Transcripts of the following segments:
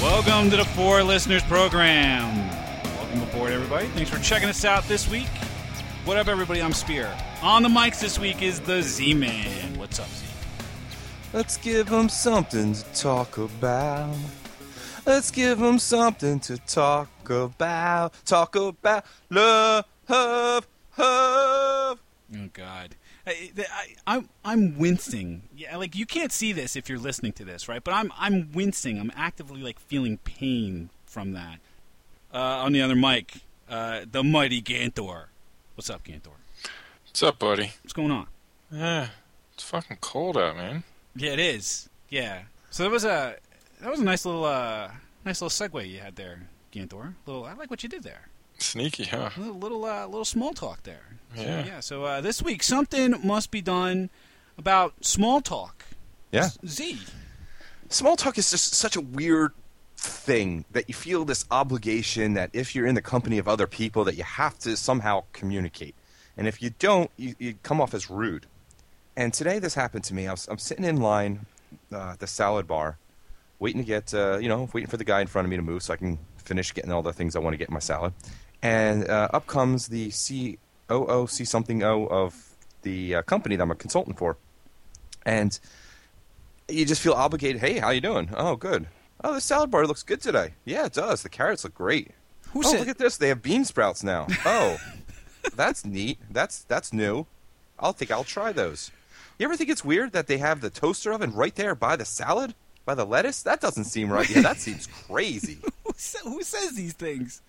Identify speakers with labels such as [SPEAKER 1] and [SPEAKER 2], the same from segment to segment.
[SPEAKER 1] Welcome to the Four Listeners Program. Welcome aboard, everybody. Thanks for checking us out this week. What up, everybody? I'm Spear. On the mics this week is the Z Man. What's up, Z?
[SPEAKER 2] Let's give 'em something to talk about. Let's give 'em something to talk about. Talk about love, love, love.
[SPEAKER 1] Oh God, I, I, I, I'm wincing. Yeah, like you can't see this if you're listening to this, right? But I'm I'm wincing. I'm actively like feeling pain from that. Uh, on the other mic, uh, the mighty Gantor. What's up, Gantor?
[SPEAKER 3] What's up, buddy?
[SPEAKER 1] What's going on?
[SPEAKER 3] Yeah, it's fucking cold out, man.
[SPEAKER 1] Yeah, it is. Yeah. So that was a that was a nice little uh, nice little segue you had there, Gantor. Little, I like what you did there.
[SPEAKER 3] Sneaky, huh?
[SPEAKER 2] Mm-hmm.
[SPEAKER 1] A little little, uh, little small talk there. So,
[SPEAKER 3] Yeah.
[SPEAKER 1] yeah. So uh, this week something must be done about small talk.
[SPEAKER 2] Yeah.
[SPEAKER 1] Z.
[SPEAKER 2] Small talk is just such a weird thing that you feel this obligation that if you're in the company of other people that you have to somehow communicate. And if you don't, you, you come off as rude. And today this happened to me. I was, I'm sitting in line uh, at the salad bar, waiting to get, uh, you know, waiting for the guy in front of me to move so I can finish getting all the things I want to get in my salad. And uh, up comes the COO, C something O of the uh, company that I'm a consultant for. And you just feel obligated. Hey, how you doing? Oh, good. Oh, the salad bar looks good today. Yeah, it does. The carrots look great.
[SPEAKER 1] Who
[SPEAKER 2] oh,
[SPEAKER 1] said?
[SPEAKER 2] look at this. They have bean sprouts now. Oh, that's neat. That's that's new. I'll think I'll try those. You ever think it's weird that they have the toaster oven right there by the salad, by the lettuce? That doesn't seem right. Yeah, that seems crazy.
[SPEAKER 1] who, sa- who says these things?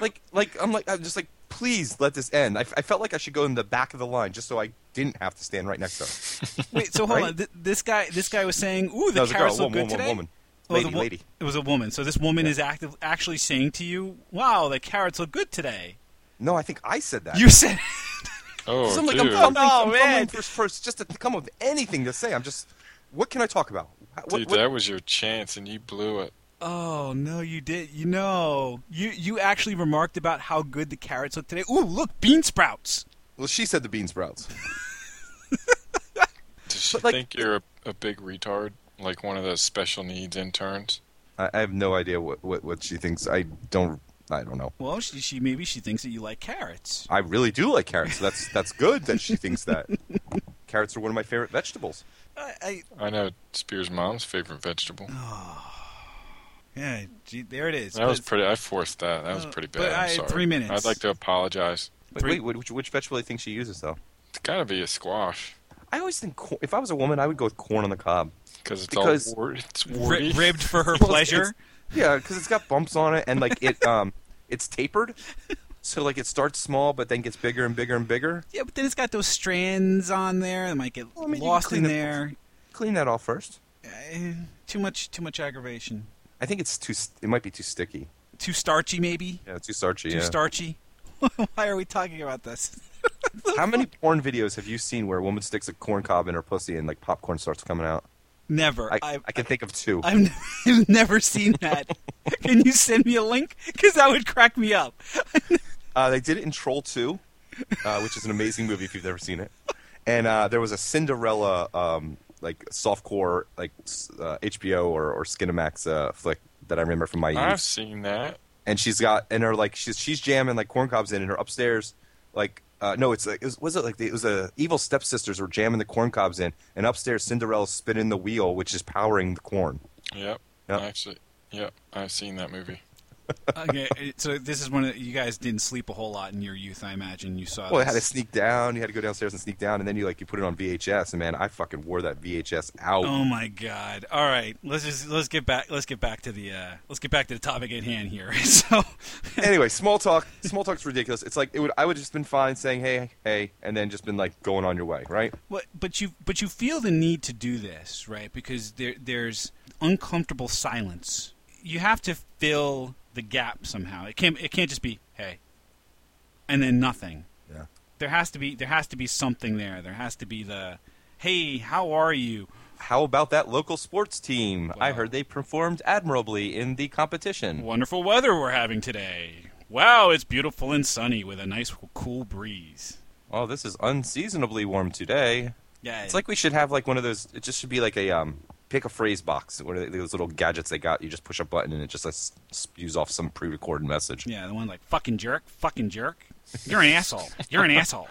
[SPEAKER 2] Like like I'm like I'm just like please let this end. I, f- I felt like I should go in the back of the line just so I didn't have to stand right next to him.
[SPEAKER 1] Wait. So hold
[SPEAKER 2] Right?
[SPEAKER 1] on. Th- this guy. This guy was saying, "Ooh,
[SPEAKER 2] That
[SPEAKER 1] the
[SPEAKER 2] was a girl,
[SPEAKER 1] carrots look
[SPEAKER 2] woman,
[SPEAKER 1] good
[SPEAKER 2] woman,
[SPEAKER 1] today."
[SPEAKER 2] woman,
[SPEAKER 1] Oh,
[SPEAKER 2] lady,
[SPEAKER 1] the wo-
[SPEAKER 2] lady.
[SPEAKER 1] It was a woman. So this woman is active, actually saying to you, "Wow, the carrots look good today."
[SPEAKER 2] No, I think I said that.
[SPEAKER 1] You said.
[SPEAKER 3] Oh,
[SPEAKER 2] So I'm like,
[SPEAKER 3] dude.
[SPEAKER 2] I'm fumbling,
[SPEAKER 1] Oh,
[SPEAKER 2] I'm
[SPEAKER 1] man.
[SPEAKER 2] fumbling for, for just to come up with anything to say. I'm just, what can I talk about? How- What,
[SPEAKER 3] dude,
[SPEAKER 2] what-
[SPEAKER 3] that was your chance, and you blew it.
[SPEAKER 1] Oh no, you did. You know, you you actually remarked about how good the carrots look today. Ooh, look, bean sprouts.
[SPEAKER 2] Well, she said the bean sprouts.
[SPEAKER 3] Does she
[SPEAKER 2] But, like,
[SPEAKER 3] think you're a, a big retard, like one of those special needs interns?
[SPEAKER 2] I, I have no idea what, what, what she thinks. I don't, I don't know.
[SPEAKER 1] Well, she, she maybe she thinks that you like carrots.
[SPEAKER 2] I really do like carrots. So that's that's good that she thinks that. carrots are one of my favorite vegetables.
[SPEAKER 1] I, I
[SPEAKER 3] I know Spears' mom's favorite vegetable.
[SPEAKER 1] yeah, gee, there it is.
[SPEAKER 3] That was
[SPEAKER 1] Oh, But-
[SPEAKER 3] pretty. I forced that. That was
[SPEAKER 1] Uh,
[SPEAKER 3] pretty bad.
[SPEAKER 1] but
[SPEAKER 3] I'm
[SPEAKER 1] I-
[SPEAKER 3] sorry.
[SPEAKER 1] three minutes.
[SPEAKER 3] I'd like to apologize.
[SPEAKER 2] But
[SPEAKER 1] Three-
[SPEAKER 2] wait, which, which vegetable do you think she uses though?
[SPEAKER 3] It's gotta be a squash
[SPEAKER 2] I always think cor- if I was a woman, I would go with corn on the cob.
[SPEAKER 3] because it's
[SPEAKER 2] Because-
[SPEAKER 3] all war- it's
[SPEAKER 1] ri-
[SPEAKER 3] warty.
[SPEAKER 1] ribbed for her
[SPEAKER 2] Well,
[SPEAKER 1] pleasure.
[SPEAKER 2] it's- it's- yeah, because it's got bumps on it, and like it, um, it's tapered. So like it starts small, but then gets bigger and bigger and bigger.
[SPEAKER 1] yeah, but then it's got those strands on there that might get
[SPEAKER 2] Well, I mean, you can
[SPEAKER 1] lost in
[SPEAKER 2] clean it-
[SPEAKER 1] there.
[SPEAKER 2] Clean that off first.
[SPEAKER 1] Eh, too much, too much aggravation.
[SPEAKER 2] I think it's too. It might be too sticky.
[SPEAKER 1] Too starchy, maybe.
[SPEAKER 2] Yeah, too starchy.
[SPEAKER 1] Too
[SPEAKER 2] yeah.
[SPEAKER 1] starchy. Why are we talking about this?
[SPEAKER 2] How many porn videos have you seen where a woman sticks a corn cob in her pussy and like popcorn starts coming out?
[SPEAKER 1] Never.
[SPEAKER 2] I, I,
[SPEAKER 1] I've-
[SPEAKER 2] can think of two.
[SPEAKER 1] I've, n- I've never seen that. Can you send me a link? Because that would crack me up.
[SPEAKER 2] Uh, they did it in Troll Two, uh, which is an amazing movie if you've never seen it. And uh, there was a Cinderella um, like softcore like s- uh, HBO or, or Skinamax uh, flick that I remember from my youth.
[SPEAKER 3] I've seen that.
[SPEAKER 2] and she's got and her like she's she's jamming like corn cobs in and her upstairs like uh, no it's like it was, was it like the, it was the evil stepsisters were jamming the corn cobs in and upstairs Cinderella's spinning the wheel which is powering the corn.
[SPEAKER 3] Yep.
[SPEAKER 2] Yep.
[SPEAKER 3] Actually, yep. I've seen that movie.
[SPEAKER 1] okay, uh, so this is one of you guys didn't sleep a whole lot in your youth. I imagine you saw.
[SPEAKER 2] Well, it
[SPEAKER 1] this.
[SPEAKER 2] had to sneak down. You had to go downstairs and sneak down, and then you like you put it on VHS. And man, I fucking wore that VHS out.
[SPEAKER 1] Oh my god! All right, let's just let's get back let's get back to the uh, let's get back to the topic at hand here. so,
[SPEAKER 2] anyway, small talk. Small talk's ridiculous. It's like it would. I would just been fine saying hey, hey, and then just been like going on your way, right?
[SPEAKER 1] what, but you but you feel the need to do this, right? Because there there's uncomfortable silence. You have to fill the gap somehow. It can't it can't just be hey, and then nothing.
[SPEAKER 2] Yeah.
[SPEAKER 1] There has to be there has to be something there. There has to be the hey, how are you?
[SPEAKER 2] How about that local sports team? I
[SPEAKER 1] Wow.
[SPEAKER 2] heard they performed admirably in the competition.
[SPEAKER 1] Wonderful weather we're having today. Wow, it's beautiful and sunny with a nice cool breeze.
[SPEAKER 2] Oh, this is unseasonably warm today.
[SPEAKER 1] Yeah,
[SPEAKER 2] It's like we should have like one of those. It just should be like a um pick a phrase box. What are they, those little gadgets they got? You just push a button and it just like, s- spews off some pre-recorded message.
[SPEAKER 1] Yeah, the one like fucking jerk, fucking jerk. You're an asshole. You're an asshole.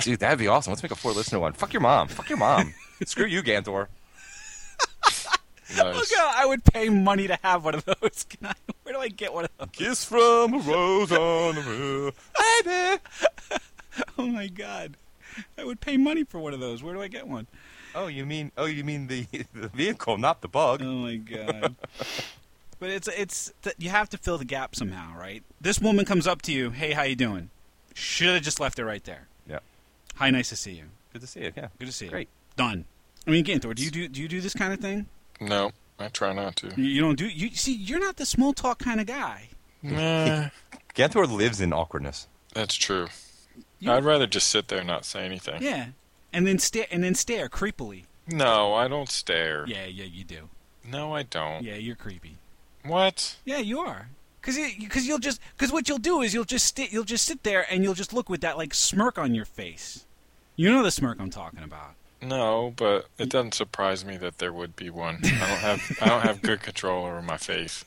[SPEAKER 2] Dude, that'd be awesome. Let's make a four listener one. Fuck your mom. Fuck your mom. Screw you, Gantor.
[SPEAKER 1] Look,
[SPEAKER 3] Nice.
[SPEAKER 1] uh, I would pay money to have one of those. Can I, where do I get one of those?
[SPEAKER 2] Kiss from a rose on a roof. Baby.
[SPEAKER 1] Oh my god, I would pay money for one of those. Where do I get one?
[SPEAKER 2] Oh, you mean oh, you mean the the vehicle, not the bug.
[SPEAKER 1] Oh my god. but it's it's th- you have to fill the gap somehow, right? This woman comes up to you, "Hey, how you doing?" Should have just left it right there.
[SPEAKER 2] Yeah.
[SPEAKER 1] Hi, nice to see you.
[SPEAKER 2] Good to see you. Yeah.
[SPEAKER 1] Good to see you.
[SPEAKER 2] Great.
[SPEAKER 1] Done. I mean, Gantor, do you do do you do this kind of thing?
[SPEAKER 3] No, I try not to.
[SPEAKER 1] You- You don't do you see? You're not the small talk kind of guy.
[SPEAKER 3] Nah,
[SPEAKER 2] Gantor lives in awkwardness.
[SPEAKER 3] that's true.
[SPEAKER 1] You-
[SPEAKER 3] I'd rather just sit there and not say anything.
[SPEAKER 1] Yeah. And then stare and then stare creepily.
[SPEAKER 3] No, I don't stare.
[SPEAKER 1] Yeah, yeah, you do.
[SPEAKER 3] No, I don't.
[SPEAKER 1] Yeah, you're creepy.
[SPEAKER 3] What?
[SPEAKER 1] Yeah, you are. Cause, you, cause you'll just, cause what you'll do is you'll just sit, you'll just sit there and you'll just look with that like smirk on your face. You know the smirk I'm talking about.
[SPEAKER 3] No, but it doesn't surprise me that there would be one. I don't have I don't have good control over my face.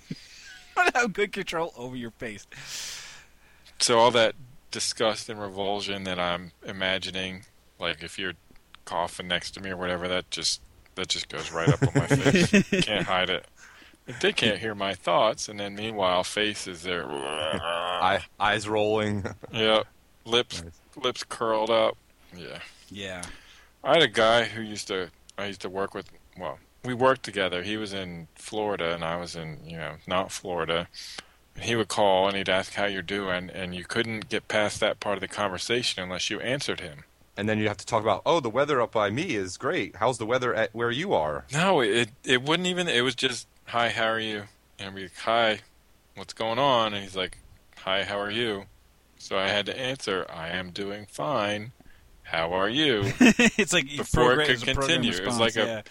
[SPEAKER 1] I don't have good control over your face.
[SPEAKER 3] So all that disgust and revulsion that I'm imagining, like if you're coughing next to me or whatever, that just that just goes right up on my face. Can't hide it. They can't hear my thoughts, and then meanwhile, face is there.
[SPEAKER 2] Eye, eyes rolling.
[SPEAKER 3] Yeah, lips lips curled up. Yeah,
[SPEAKER 1] Yeah.
[SPEAKER 3] I had a guy who used to I used to work with. Well, we worked together. He was in Florida, and I was in you know not Florida. And he would call and he'd ask how you're doing, and you couldn't get past that part of the conversation unless you answered him.
[SPEAKER 2] and then you have to talk about, oh, the weather up by me is great. How's the weather at where you are?
[SPEAKER 3] No, it it wouldn't even. It was just hi, how are you? And I'd be like, hi, what's going on? And he's like, hi, how are you? So I had to answer, I am doing fine. How are you?
[SPEAKER 1] it's like you
[SPEAKER 3] Before
[SPEAKER 1] program-
[SPEAKER 3] it could
[SPEAKER 1] it's a program
[SPEAKER 3] continue, it was
[SPEAKER 1] response,
[SPEAKER 3] like a-
[SPEAKER 1] yeah.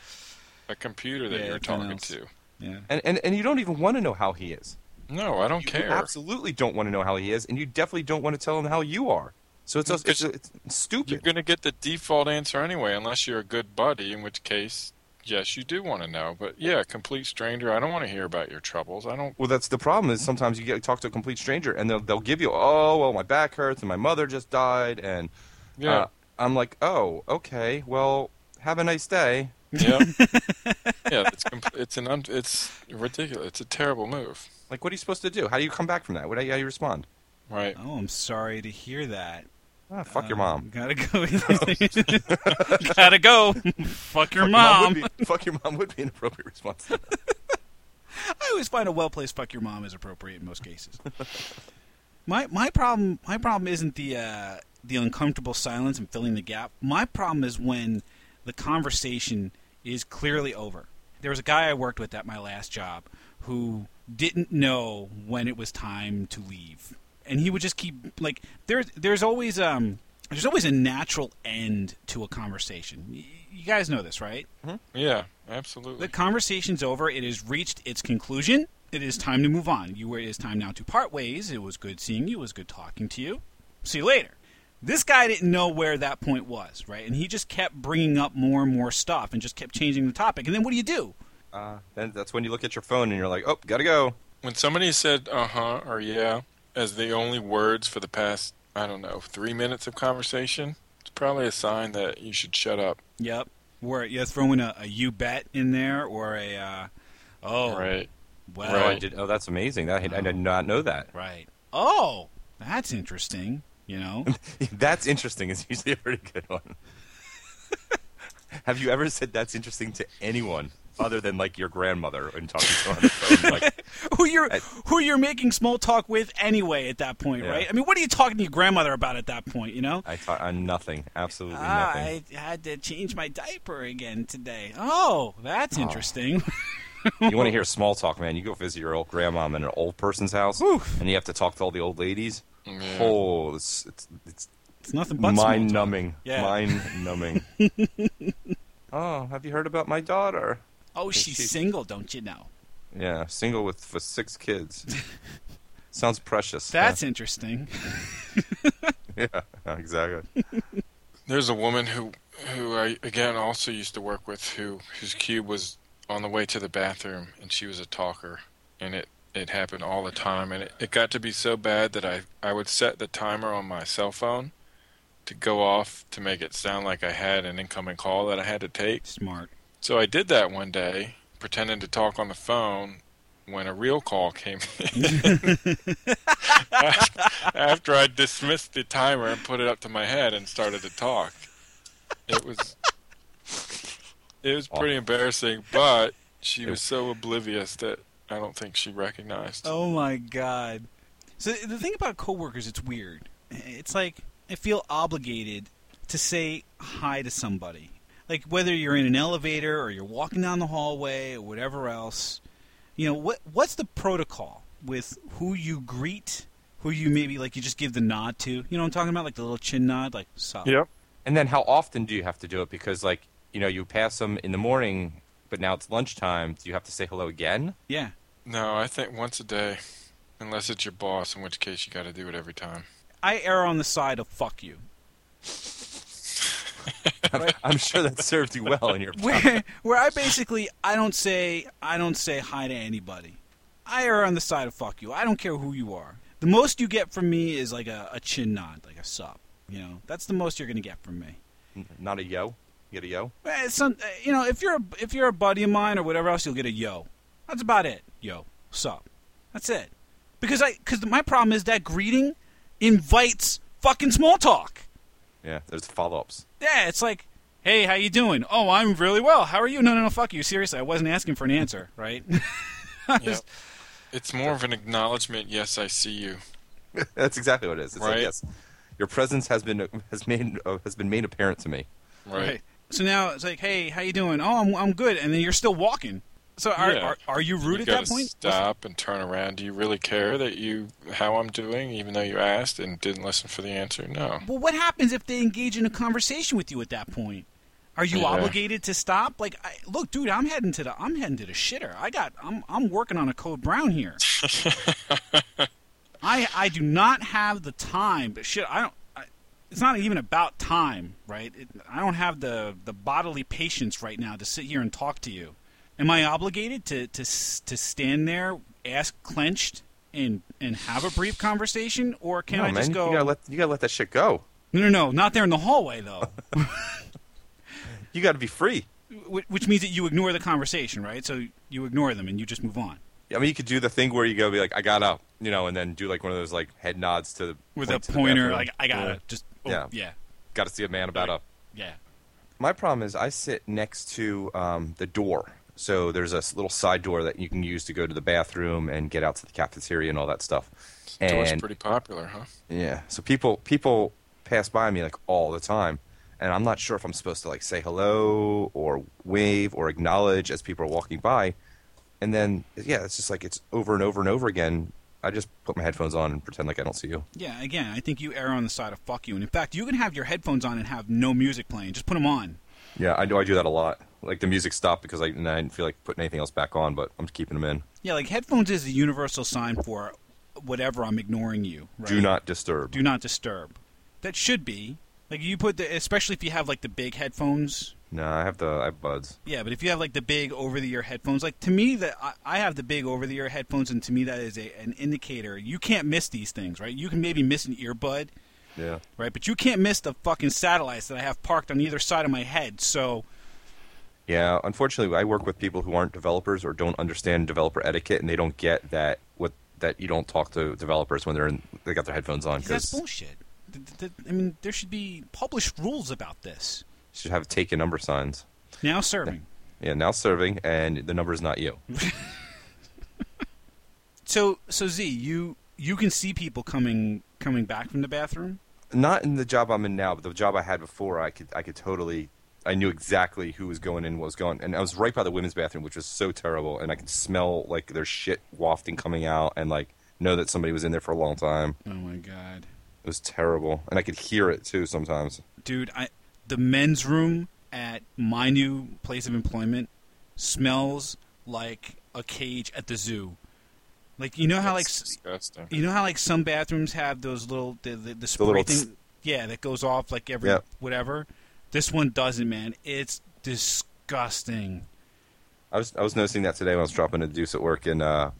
[SPEAKER 3] a computer that
[SPEAKER 1] Yeah,
[SPEAKER 3] you're
[SPEAKER 1] it's someone
[SPEAKER 3] talking
[SPEAKER 1] else.
[SPEAKER 3] to.
[SPEAKER 1] yeah.
[SPEAKER 2] And, and and you don't even want to know how he is.
[SPEAKER 3] No, I don't
[SPEAKER 2] You
[SPEAKER 3] care.
[SPEAKER 2] absolutely don't want to know how he is, and you definitely don't want to tell him how you are. So it's it's, it's
[SPEAKER 3] You're
[SPEAKER 2] stupid.
[SPEAKER 3] going to get the default answer anyway, unless you're a good buddy, in which case, yes, you do want to know. But yeah, complete stranger, I don't want to hear about your troubles. I don't.
[SPEAKER 2] Well, that's the problem. Is sometimes you get talk to a complete stranger, and they'll they'll give you, oh, well, my back hurts, and my mother just died, and
[SPEAKER 3] Yeah.
[SPEAKER 2] uh, I'm like, oh, okay, well, have a nice day.
[SPEAKER 3] yeah. yeah. It's, com- it's, an un- it's ridiculous. It's a terrible move.
[SPEAKER 2] Like, what are you supposed to do? How do you come back from that? What, how do you respond?
[SPEAKER 3] Right.
[SPEAKER 2] Uh.
[SPEAKER 1] Oh, I'm sorry to hear that.
[SPEAKER 2] Ah, fuck your
[SPEAKER 1] Uh,
[SPEAKER 2] mom.
[SPEAKER 1] Gotta go. gotta go. Fuck your
[SPEAKER 2] Fuck your
[SPEAKER 1] mom.
[SPEAKER 2] would be, fuck your mom would be an appropriate response.
[SPEAKER 1] I always find a well placed "fuck your mom" is appropriate in most cases. my my problem my problem isn't the uh, the uncomfortable silence and filling the gap. My problem is when the conversation is clearly over. There was a guy I worked with at my last job who didn't know when it was time to leave, and he would just keep like there's there's always um there's always a natural end to a conversation. Y- You guys know this, right?
[SPEAKER 3] Yeah, absolutely.
[SPEAKER 1] The conversation's over. It has reached its conclusion. It is time to move on. You were, it is time now to part ways. It was good seeing you. It was good talking to you. See you later. This guy didn't know where that point was, right? And he just kept bringing up more and more stuff and just kept changing the topic. And then what do you do?
[SPEAKER 2] Uh, then that's when you look at your phone and you're like, oh, gotta go.
[SPEAKER 3] when somebody said uh huh or yeah as the only words for the past, I don't know, three minutes of conversation, it's probably a sign that you should shut up.
[SPEAKER 1] Yep. Where you're throwing a, a you bet in there or a, uh, oh,
[SPEAKER 3] Right.
[SPEAKER 1] well,
[SPEAKER 2] Oh, I
[SPEAKER 3] Right.
[SPEAKER 2] did. Oh, that's amazing. That, I did not know that.
[SPEAKER 1] right. Oh, that's interesting, you know?
[SPEAKER 2] that's interesting is usually a pretty good one. Have you ever said that's interesting to anyone other than like your grandmother and talking to her on the phone? Like,
[SPEAKER 1] who you're
[SPEAKER 2] I-
[SPEAKER 1] who you're making small talk with anyway at that point,
[SPEAKER 2] Yeah.
[SPEAKER 1] right? I mean, what are you talking to your grandmother about at that point? You know,
[SPEAKER 2] I talk on nothing, absolutely
[SPEAKER 1] Ah,
[SPEAKER 2] nothing.
[SPEAKER 1] I had to change my diaper again today. Oh, that's interesting.
[SPEAKER 2] You want to hear small talk, man? You go visit your old grandmom in an old person's house, and you have to talk to all the old ladies.
[SPEAKER 3] Yeah.
[SPEAKER 2] Oh, it's, it's, it's
[SPEAKER 1] it's nothing but small
[SPEAKER 2] mind
[SPEAKER 1] talk.
[SPEAKER 2] numbing.
[SPEAKER 1] Yeah.
[SPEAKER 2] Mind numbing. oh, have you heard about my daughter?
[SPEAKER 1] Oh, she's
[SPEAKER 2] She's-
[SPEAKER 1] single, don't you know?
[SPEAKER 2] Yeah, single with for six kids. Sounds precious.
[SPEAKER 1] That's interesting.
[SPEAKER 2] Yeah, exactly.
[SPEAKER 3] There's a woman who who I again also used to work with who whose cube was on the way to the bathroom, and she was a talker, and it it happened all the time, and it, it got to be so bad that I I would set the timer on my cell phone to go off to make it sound like I had an incoming call that I had to take.
[SPEAKER 1] Smart.
[SPEAKER 3] So I did that one day, pretending to talk on the phone when a real call came in. After I dismissed the timer and put it up to my head and started to talk. It was it was pretty embarrassing, but she was so oblivious that I don't think she recognized.
[SPEAKER 1] Oh my god. So the thing about coworkers, it's weird. It's like I feel obligated to say hi to somebody. Like whether you're in an elevator or you're walking down the hallway or whatever else, you know what what's the protocol with who you greet, who you maybe like you just give the nod to. You know what I'm talking about, like the little chin nod, like sup.
[SPEAKER 2] And then how often do you have to do it? Because like you know, you pass them in the morning, but now it's lunchtime. Do you have to say hello again?
[SPEAKER 1] Yeah.
[SPEAKER 3] No, I think once a day, unless it's your boss, in which case you got to do it every time.
[SPEAKER 1] I err on the side of fuck you.
[SPEAKER 2] I'm sure that served you well in your.
[SPEAKER 1] where where I basically I don't say I don't say hi to anybody. I are on the side of fuck you. I don't care who you are. The most you get from me is like a, a chin nod, like a sup. You know, that's the most you're gonna get from me.
[SPEAKER 2] Not a yo. You get a yo.
[SPEAKER 1] Eh, it's Some, eh, you know, if you're a, if you're a buddy of mine or whatever else, you'll get a yo. That's about it. Yo, sup. That's it. Because I because my problem is that greeting invites fucking small talk.
[SPEAKER 2] Yeah, there's follow-ups.
[SPEAKER 1] Yeah, it's like, hey, how you doing? Oh, I'm really well. How are you? No, no, no, fuck you. Seriously, I wasn't asking for an answer, right? I
[SPEAKER 3] Yeah.
[SPEAKER 1] was-
[SPEAKER 3] It's more of an acknowledgement. Yes, I see you.
[SPEAKER 2] That's exactly what it is. It's like,
[SPEAKER 3] Right.
[SPEAKER 2] yes, your presence has been has made uh, has been made apparent to me.
[SPEAKER 3] Right.
[SPEAKER 1] So now it's like, hey, how you doing? Oh, I'm I'm good. And then you're still walking. So are
[SPEAKER 3] Yeah.
[SPEAKER 1] are, are you rude
[SPEAKER 3] you
[SPEAKER 1] at that
[SPEAKER 3] gotta
[SPEAKER 1] point?
[SPEAKER 3] Stop and turn around. Do you really care that you how I'm doing, even though you asked and didn't listen for the answer? No.
[SPEAKER 1] Well, what happens if they engage in a conversation with you at that point? Are you
[SPEAKER 3] Yeah.
[SPEAKER 1] obligated to stop? Like, I, look, dude, I'm heading to the I'm heading to the shitter. I got I'm I'm working on a code brown here. I I do not have the time, but shit, I don't. I, it's not even about time, right? It, I don't have the the bodily patience right now to sit here and talk to you. Am I obligated to to s- to stand there, ass clenched, and and have a brief conversation, or can
[SPEAKER 2] no,
[SPEAKER 1] I
[SPEAKER 2] man,
[SPEAKER 1] just go?
[SPEAKER 2] You gotta let you gotta let that shit go.
[SPEAKER 1] No, no, no, not there in the hallway though.
[SPEAKER 2] You gotta be free.
[SPEAKER 1] Wh- Which means that you ignore the conversation, right? So you ignore them and you just move on
[SPEAKER 2] I mean, you could do the thing where you go be like, "I got up," you know, and then do like one of those like head nods to the
[SPEAKER 1] with
[SPEAKER 2] point to
[SPEAKER 1] a
[SPEAKER 2] the
[SPEAKER 1] pointer,
[SPEAKER 2] bathroom.
[SPEAKER 1] like I gotta just oh, yeah,
[SPEAKER 2] Yeah.
[SPEAKER 1] yeah,
[SPEAKER 2] Got to see a man about up.
[SPEAKER 1] yeah.
[SPEAKER 2] My problem is I sit next to um, the door. So there's a s- little side door that you can use to go to the bathroom and get out to the cafeteria and all that stuff.
[SPEAKER 3] Door's
[SPEAKER 2] And
[SPEAKER 3] pretty popular, huh?
[SPEAKER 2] yeah, so people people pass by me like all the time, and I'm not sure if I'm supposed to like say hello or wave or acknowledge as people are walking by. And then yeah, it's just like it's over and over and over again. I just put my headphones on and pretend like I don't see you.
[SPEAKER 1] Yeah, again, I think you err on the side of fuck you. And in fact, you can have your headphones on and have no music playing. Just put them on.
[SPEAKER 2] Yeah, I know I do that a lot. Like the music stopped because I, and I didn't feel like putting anything else back on, but I'm keeping them in.
[SPEAKER 1] Yeah, like headphones is the universal sign for whatever I'm ignoring you. Right?
[SPEAKER 2] Do not disturb.
[SPEAKER 1] do not disturb. That should be like you put the especially if you have like the big headphones
[SPEAKER 2] No, I have the I have buds.
[SPEAKER 1] Yeah, but if you have like the big over-the-ear headphones, like to me that I, I have the big over-the-ear headphones, and to me that is a, an indicator you can't miss these things, right? You can maybe miss an earbud,
[SPEAKER 2] Yeah.
[SPEAKER 1] right? But you can't miss the fucking satellites that I have parked on either side of my head. So
[SPEAKER 2] Yeah. Unfortunately, I work with people who aren't developers or don't understand developer etiquette, and they don't get that what that you don't talk to developers when they're in they got their headphones on
[SPEAKER 1] that's
[SPEAKER 2] because you
[SPEAKER 1] bullshit. Th- th- th- I mean, there should be published rules about this.
[SPEAKER 2] should have take in number signs.
[SPEAKER 1] Now serving.
[SPEAKER 2] Yeah. Now serving, and the number is not you.
[SPEAKER 1] So so Z, you you can see people coming coming back from the bathroom.
[SPEAKER 2] Not in the job I'm in now, but the job I had before, I could I could totally. I knew exactly who was going in, what was going, and I was right by the women's bathroom, which was so terrible, and I could smell like their shit wafting coming out, and like know that somebody was in there for a long time.
[SPEAKER 1] Oh my god.
[SPEAKER 2] It was terrible, and I could hear it too sometimes.
[SPEAKER 1] dude i the men's room at my new place of employment smells like a cage at the zoo like you know how like
[SPEAKER 3] That's
[SPEAKER 1] s-
[SPEAKER 3] disgusting.
[SPEAKER 1] you know how like some bathrooms have those little the the, the spray
[SPEAKER 2] little
[SPEAKER 1] thing
[SPEAKER 2] tss.
[SPEAKER 1] yeah that goes off like every
[SPEAKER 2] Yeah.
[SPEAKER 1] whatever this one doesn't man it's disgusting
[SPEAKER 2] I was I was noticing that today when I was dropping a deuce at work, and uh,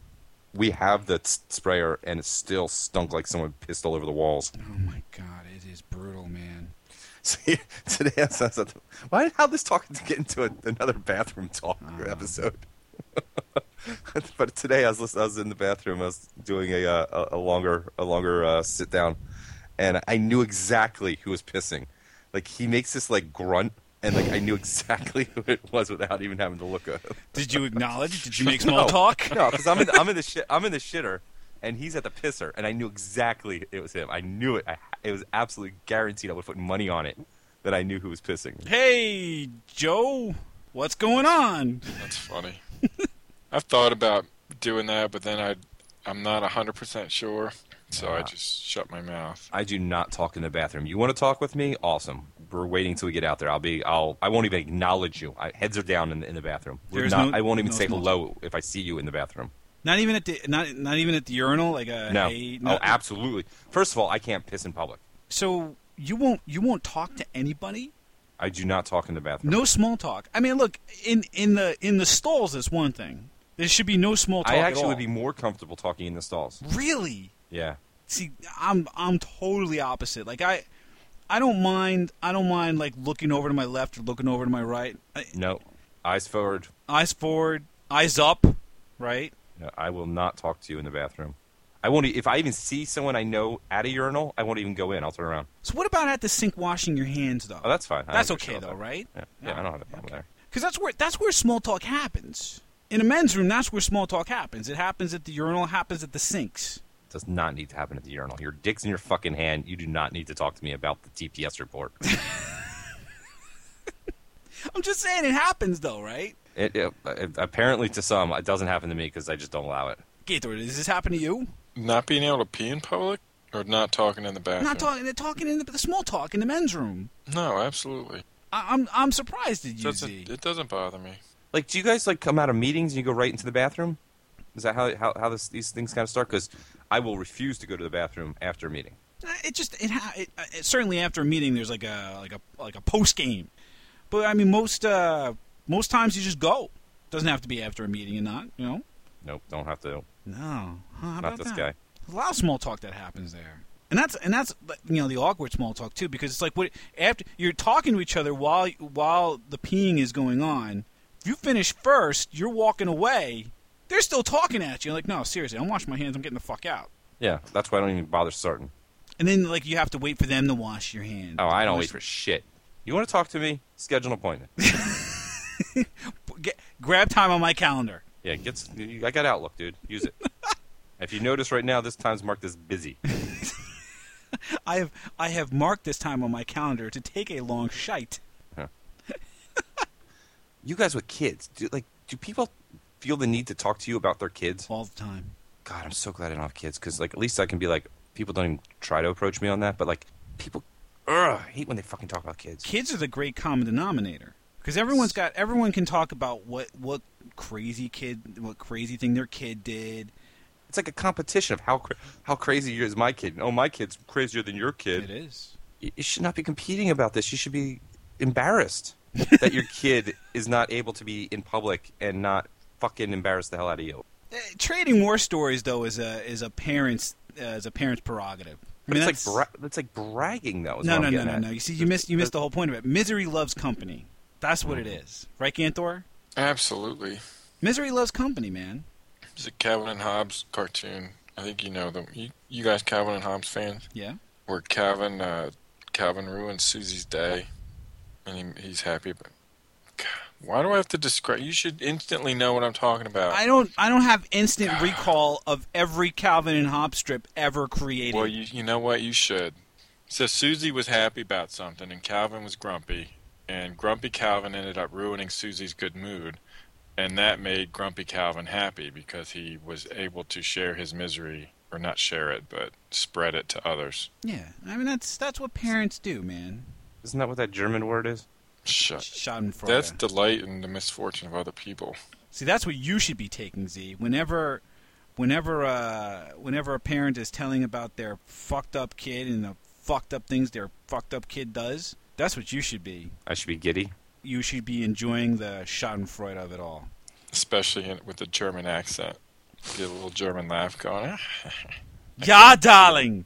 [SPEAKER 2] we have the t- sprayer, and it still stunk like someone pissed all over the walls.
[SPEAKER 1] Oh my god, it is brutal, man.
[SPEAKER 2] See, today I was, I was at the- why how this talk get into a, another bathroom talk
[SPEAKER 1] Uh-huh.
[SPEAKER 2] episode? but today I was listening, I was in the bathroom. I was doing a uh, a, a longer a longer uh, sit down, and I knew exactly who was pissing. Like he makes this like grunt, and like I knew exactly who it was without even having to look at him.
[SPEAKER 1] Did you acknowledge? Did you make small
[SPEAKER 2] No.
[SPEAKER 1] talk?
[SPEAKER 2] No, because I'm in I'm in the shi- I'm in the shitter, and he's at the pisser, and I knew exactly it was him. I knew it. I, it was absolutely guaranteed. I would put money on it that I knew who was pissing.
[SPEAKER 1] Hey, Joe, what's going on?
[SPEAKER 3] That's funny. I've thought about doing that, but then I, I'm not hundred percent sure, so I
[SPEAKER 2] Ah.
[SPEAKER 3] just shut my mouth.
[SPEAKER 2] I do not talk in the bathroom. You want to talk with me? Awesome. We're waiting till we get out there. I'll be. I'll. I won't even acknowledge you. I, heads are down in the, in the bathroom. We're
[SPEAKER 1] There's
[SPEAKER 2] not-
[SPEAKER 1] no-
[SPEAKER 2] I won't even
[SPEAKER 1] no
[SPEAKER 2] say
[SPEAKER 1] small
[SPEAKER 2] hello if I see you in the bathroom.
[SPEAKER 1] Not even at the not not even at the urinal, like a
[SPEAKER 2] no.
[SPEAKER 1] hey,
[SPEAKER 2] Oh, absolutely. First of all, I can't piss in public.
[SPEAKER 1] So you won't you won't talk to anybody?
[SPEAKER 2] I do not talk in the bathroom.
[SPEAKER 1] No small talk. I mean, look in in the in the stalls is one thing. There should be no small talk.
[SPEAKER 2] I
[SPEAKER 1] at
[SPEAKER 2] actually
[SPEAKER 1] all.
[SPEAKER 2] would be more comfortable talking in the stalls.
[SPEAKER 1] really.
[SPEAKER 2] Yeah.
[SPEAKER 1] See, I'm I'm totally opposite. Like I. I don't mind. I don't mind like looking over to my left or looking over to my right. I,
[SPEAKER 2] No. Eyes forward.
[SPEAKER 1] eyes forward, eyes up, right?
[SPEAKER 2] No, I will not talk to you in the bathroom. I won't. e- If I even see someone I know at a urinal, I won't even go in. I'll turn around.
[SPEAKER 1] So what about at the sink washing your hands though?
[SPEAKER 2] Oh, that's fine. I
[SPEAKER 1] that's
[SPEAKER 2] don't give a
[SPEAKER 1] okay
[SPEAKER 2] shit
[SPEAKER 1] though,
[SPEAKER 2] about
[SPEAKER 1] right?
[SPEAKER 2] that. Yeah. yeah, I don't have a problem there.
[SPEAKER 1] Because that's where that's where small talk happens. In a men's room, that's where small talk happens. It happens at the urinal, it happens at the sinks.
[SPEAKER 2] does not need to happen at the urinal. Your dick's in your fucking hand. You do not need to talk to me about the TPS report.
[SPEAKER 1] I'm just saying it happens though, right?
[SPEAKER 2] it, it- it- apparently, to some, it doesn't happen to me because I just don't allow it.
[SPEAKER 1] Gator, does this happen to you?
[SPEAKER 3] Not being able to pee in public or not talking in the
[SPEAKER 1] I'm
[SPEAKER 3] bathroom.
[SPEAKER 1] not talking. They're talking in the, the small talk in the men's room.
[SPEAKER 3] No, absolutely.
[SPEAKER 1] I, I'm I'm surprised at you. Z.
[SPEAKER 3] Doesn't, it doesn't bother me.
[SPEAKER 2] Like, do you guys like come out of meetings and you go right into the bathroom? Is that how how, how this, these things kind of start? Because I will refuse to go to the bathroom after a meeting.
[SPEAKER 1] Uh, It just it, ha- it, uh, it certainly after a meeting there's like a like a like a post game, but I mean most uh most times you just go. Doesn't have to be after a meeting and not you know.
[SPEAKER 2] Nope, don't have to.
[SPEAKER 1] No, huh, how
[SPEAKER 2] not
[SPEAKER 1] about
[SPEAKER 2] this
[SPEAKER 1] that?
[SPEAKER 2] guy.
[SPEAKER 1] There's a lot of small talk that happens there, and that's and that's you know the awkward small talk too because it's like what after you're talking to each other while while the peeing is going on. If you finish first, you're walking away. They're still talking at you. Like, no, seriously, I'm washing my hands. I'm getting the fuck out.
[SPEAKER 2] Yeah, that's why I don't even bother starting.
[SPEAKER 1] And then like you have to wait for them to wash your hands.
[SPEAKER 2] Oh, I don't wait for shit. You want to talk to me? Schedule an appointment.
[SPEAKER 1] Get, grab time on my calendar.
[SPEAKER 2] Yeah, it gets. I got Outlook, dude. Use it. if you notice right now, this time's marked as busy.
[SPEAKER 1] I have I have marked this time on my calendar to take a long shite.
[SPEAKER 2] you guys with kids, do like do people feel the need to talk to you about their kids?
[SPEAKER 1] all the time.
[SPEAKER 2] God, I'm so glad I don't have kids because like at least I can be like people don't even try to approach me on that, but like people, ugh, I hate when they fucking talk about kids.
[SPEAKER 1] Kids are the great common denominator because everyone's got everyone can talk about what what crazy kid what crazy thing their kid did.
[SPEAKER 2] It's like a competition of how cra- how crazy is my kid. Oh, my kid's crazier than your
[SPEAKER 1] It
[SPEAKER 2] kid.
[SPEAKER 1] is.
[SPEAKER 2] You, you should not be competing about this. You should be embarrassed that your kid is not able to be in public and not fucking embarrass the hell out of you.
[SPEAKER 1] Uh, Trading war stories though is a is a parents uh, is a parent's prerogative. I
[SPEAKER 2] But
[SPEAKER 1] mean,
[SPEAKER 2] it's
[SPEAKER 1] that's-
[SPEAKER 2] like bra- it's like bragging though. Is
[SPEAKER 1] no
[SPEAKER 2] what
[SPEAKER 1] no
[SPEAKER 2] I'm
[SPEAKER 1] no
[SPEAKER 2] getting
[SPEAKER 1] no
[SPEAKER 2] at.
[SPEAKER 1] no. You see, you missed you missed the whole point of it. Misery loves company. That's what it
[SPEAKER 2] Mm-hmm.
[SPEAKER 1] is, right, Ganthor?
[SPEAKER 3] Absolutely.
[SPEAKER 1] Misery loves company, man.
[SPEAKER 3] It's a Calvin and Hobbes cartoon. I think you know them. You, you guys, Calvin and Hobbes fans,
[SPEAKER 1] Yeah.
[SPEAKER 3] where Calvin uh, Calvin ruins Susie's day, and he, he's happy. But God, why do I have to describe? You should instantly know what I'm talking
[SPEAKER 2] Uh,
[SPEAKER 3] about.
[SPEAKER 1] I don't I don't have instant recall of every Calvin and Hobbes strip ever created.
[SPEAKER 3] Well, you, you know what? You should. So Susie was happy about something, and Calvin was grumpy, and grumpy Calvin ended up ruining Susie's good mood, and that made grumpy Calvin happy because he was able to share his misery, or not share it, but spread it to others.
[SPEAKER 1] yeah. I mean that's that's what parents do, man.
[SPEAKER 2] Isn't that what that German word is?
[SPEAKER 3] Shut.
[SPEAKER 1] Schadenfreude.
[SPEAKER 3] That's delight in the misfortune of other people.
[SPEAKER 1] See, that's what you should be taking, Z. Whenever, whenever, uh, whenever a parent is telling about their fucked up kid and the fucked up things their fucked up kid does, that's what you should be.
[SPEAKER 2] I should be giddy.
[SPEAKER 1] You should be enjoying the Schadenfreude of it all.
[SPEAKER 3] especially in, with the German accent. Get a little German laugh going. Ah,
[SPEAKER 1] Yeah, darling.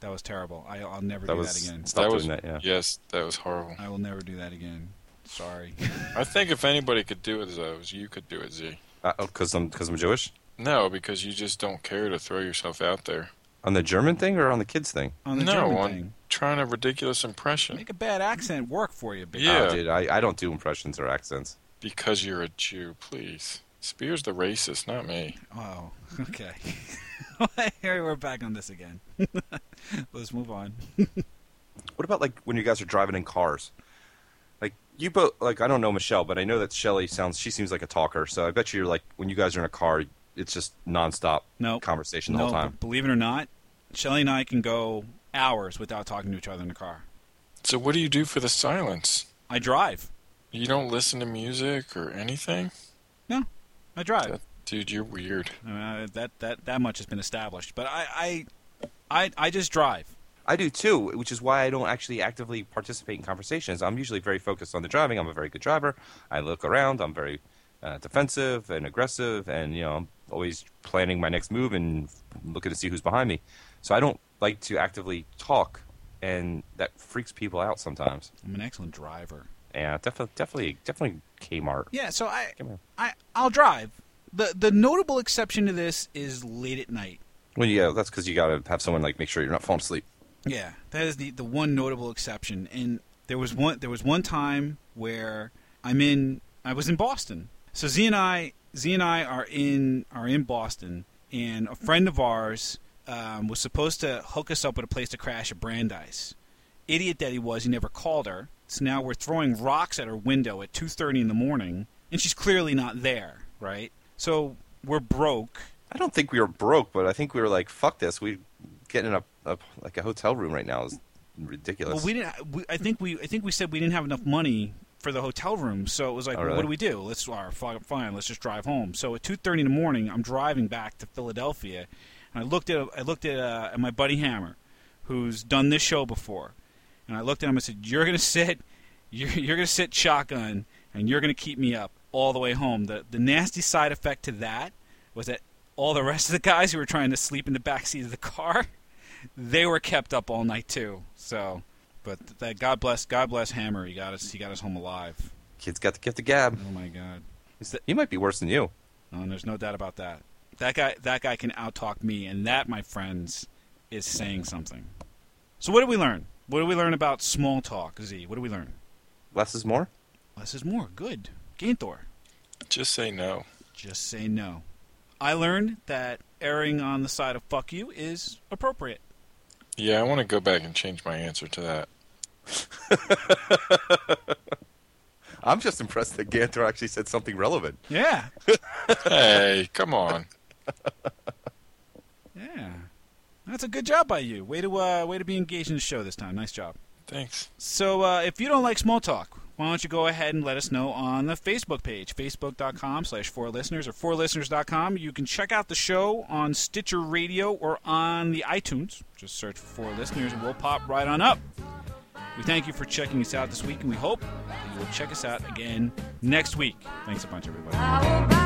[SPEAKER 1] That was terrible. I, I'll never
[SPEAKER 2] That
[SPEAKER 1] do
[SPEAKER 2] was
[SPEAKER 1] that again.
[SPEAKER 2] stop
[SPEAKER 3] That
[SPEAKER 2] doing
[SPEAKER 3] was-
[SPEAKER 2] that. Yeah.
[SPEAKER 3] Yes, that was horrible.
[SPEAKER 1] I will never do that again. Sorry.
[SPEAKER 3] I think if anybody could do it, though, you could do it, Z.
[SPEAKER 2] Uh, oh, because I'm because I'm Jewish.
[SPEAKER 3] No, because you just don't care to throw yourself out there.
[SPEAKER 2] On the German thing or on the kids thing?
[SPEAKER 1] On the
[SPEAKER 3] no,
[SPEAKER 1] German
[SPEAKER 3] I'm
[SPEAKER 1] thing,
[SPEAKER 3] trying a ridiculous impression
[SPEAKER 1] make a bad accent work for you, bitch.
[SPEAKER 3] Yeah.
[SPEAKER 2] Oh, dude, I, I don't do impressions or accents.
[SPEAKER 3] because you're a Jew. Please, Spears the racist, not me.
[SPEAKER 1] Oh, okay. Here we're back on this again. Let's move on.
[SPEAKER 2] What about like when you guys are driving in cars? Like you both like I don't know Michelle, but I know that Shelly sounds she seems like a talker. So I bet you're like when you guys are in a car, it's just nonstop
[SPEAKER 1] No,
[SPEAKER 2] conversation the
[SPEAKER 1] no.
[SPEAKER 2] whole time.
[SPEAKER 1] but Believe it or not, Shelly and I can go hours without talking to each other in the car.
[SPEAKER 3] So what do you do for the silence?
[SPEAKER 1] I drive.
[SPEAKER 3] You don't listen to music or anything,
[SPEAKER 1] I drive.
[SPEAKER 3] dude. You're weird.
[SPEAKER 1] I mean, I, that that that much has been established. But I I I, I just drive.
[SPEAKER 2] I do too, which is why I don't actually actively participate in conversations. I'm usually very focused on the driving. I'm a very good driver. I look around. I'm very uh, defensive and aggressive, and you know I'm always planning my next move and looking to see who's behind me. So I don't like to actively talk, and that freaks people out sometimes.
[SPEAKER 1] I'm an excellent driver.
[SPEAKER 2] Yeah, definitely, definitely, definitely Kmart.
[SPEAKER 1] Yeah, so I
[SPEAKER 2] Come here.
[SPEAKER 1] I I'll drive. The the notable exception to this is late at night.
[SPEAKER 2] Well, yeah, that's because you gotta have someone like make sure you're not falling asleep.
[SPEAKER 1] Yeah, that is the the one notable exception. And there was one there was one time where I'm in I was in Boston. So Z and I Z and I are in are in Boston, and a friend of ours um, was supposed to hook us up with a place to crash at Brandeis. Idiot that he was, he never called her. So now we're throwing rocks at her window at two thirty in the morning, and she's clearly not there, right? So we're broke.
[SPEAKER 2] I don't think we were broke, but I think we were like, "Fuck this! We getting in a, a like a hotel room right now is ridiculous."
[SPEAKER 1] Well, we didn't. We, I think we. I think we said we didn't have enough money for the hotel room, so it was like,
[SPEAKER 2] Oh,
[SPEAKER 1] well, what
[SPEAKER 2] really?
[SPEAKER 1] do we do? Let's uh, fi- fine. Let's just drive home. So at two thirty in the morning, I'm driving back to Philadelphia, and I looked at I looked at, uh, at my buddy Hammer, who's done this show before, and I looked at him and said, "You're gonna sit, you're, you're gonna sit shotgun, and you're gonna keep me up all the way home." The the nasty side effect to that was that all the rest of the guys who were trying to sleep in the back seat of the car they were kept up all night too. So, but that God bless God bless Hammer. He got us. He got us home alive.
[SPEAKER 2] Kids got the gift of gab.
[SPEAKER 1] Oh my God.
[SPEAKER 2] Is that- He might be worse than you.
[SPEAKER 1] Oh, and there's no doubt about that. That guy. That guy can outtalk me, and that, my friends, is saying something. So, what did we learn? What did we learn about small talk? Z. What did we learn?
[SPEAKER 2] Less is more.
[SPEAKER 1] Less is more. Good. Gainthor.
[SPEAKER 3] Just say no.
[SPEAKER 1] Just say no. I learned that erring on the side of fuck you is appropriate.
[SPEAKER 3] Yeah, I want to go back and change my answer to that.
[SPEAKER 2] I'm just impressed that Gantor actually said something relevant.
[SPEAKER 1] Yeah.
[SPEAKER 3] Hey, come on.
[SPEAKER 1] Yeah. That's a good job by you. Way to uh, way to be engaged in the show this time. Nice job.
[SPEAKER 3] Thanks.
[SPEAKER 1] So uh, if you don't like small talk, why don't you go ahead and let us know on the Facebook page, facebook.com slash 4listeners or 4listeners.com. You can check out the show on Stitcher Radio or on the iTunes. Just search for 4listeners and we'll pop right on up. We thank you for checking us out this week, and we hope that you will check us out again next week. Thanks a bunch, everybody.
[SPEAKER 4] I will buy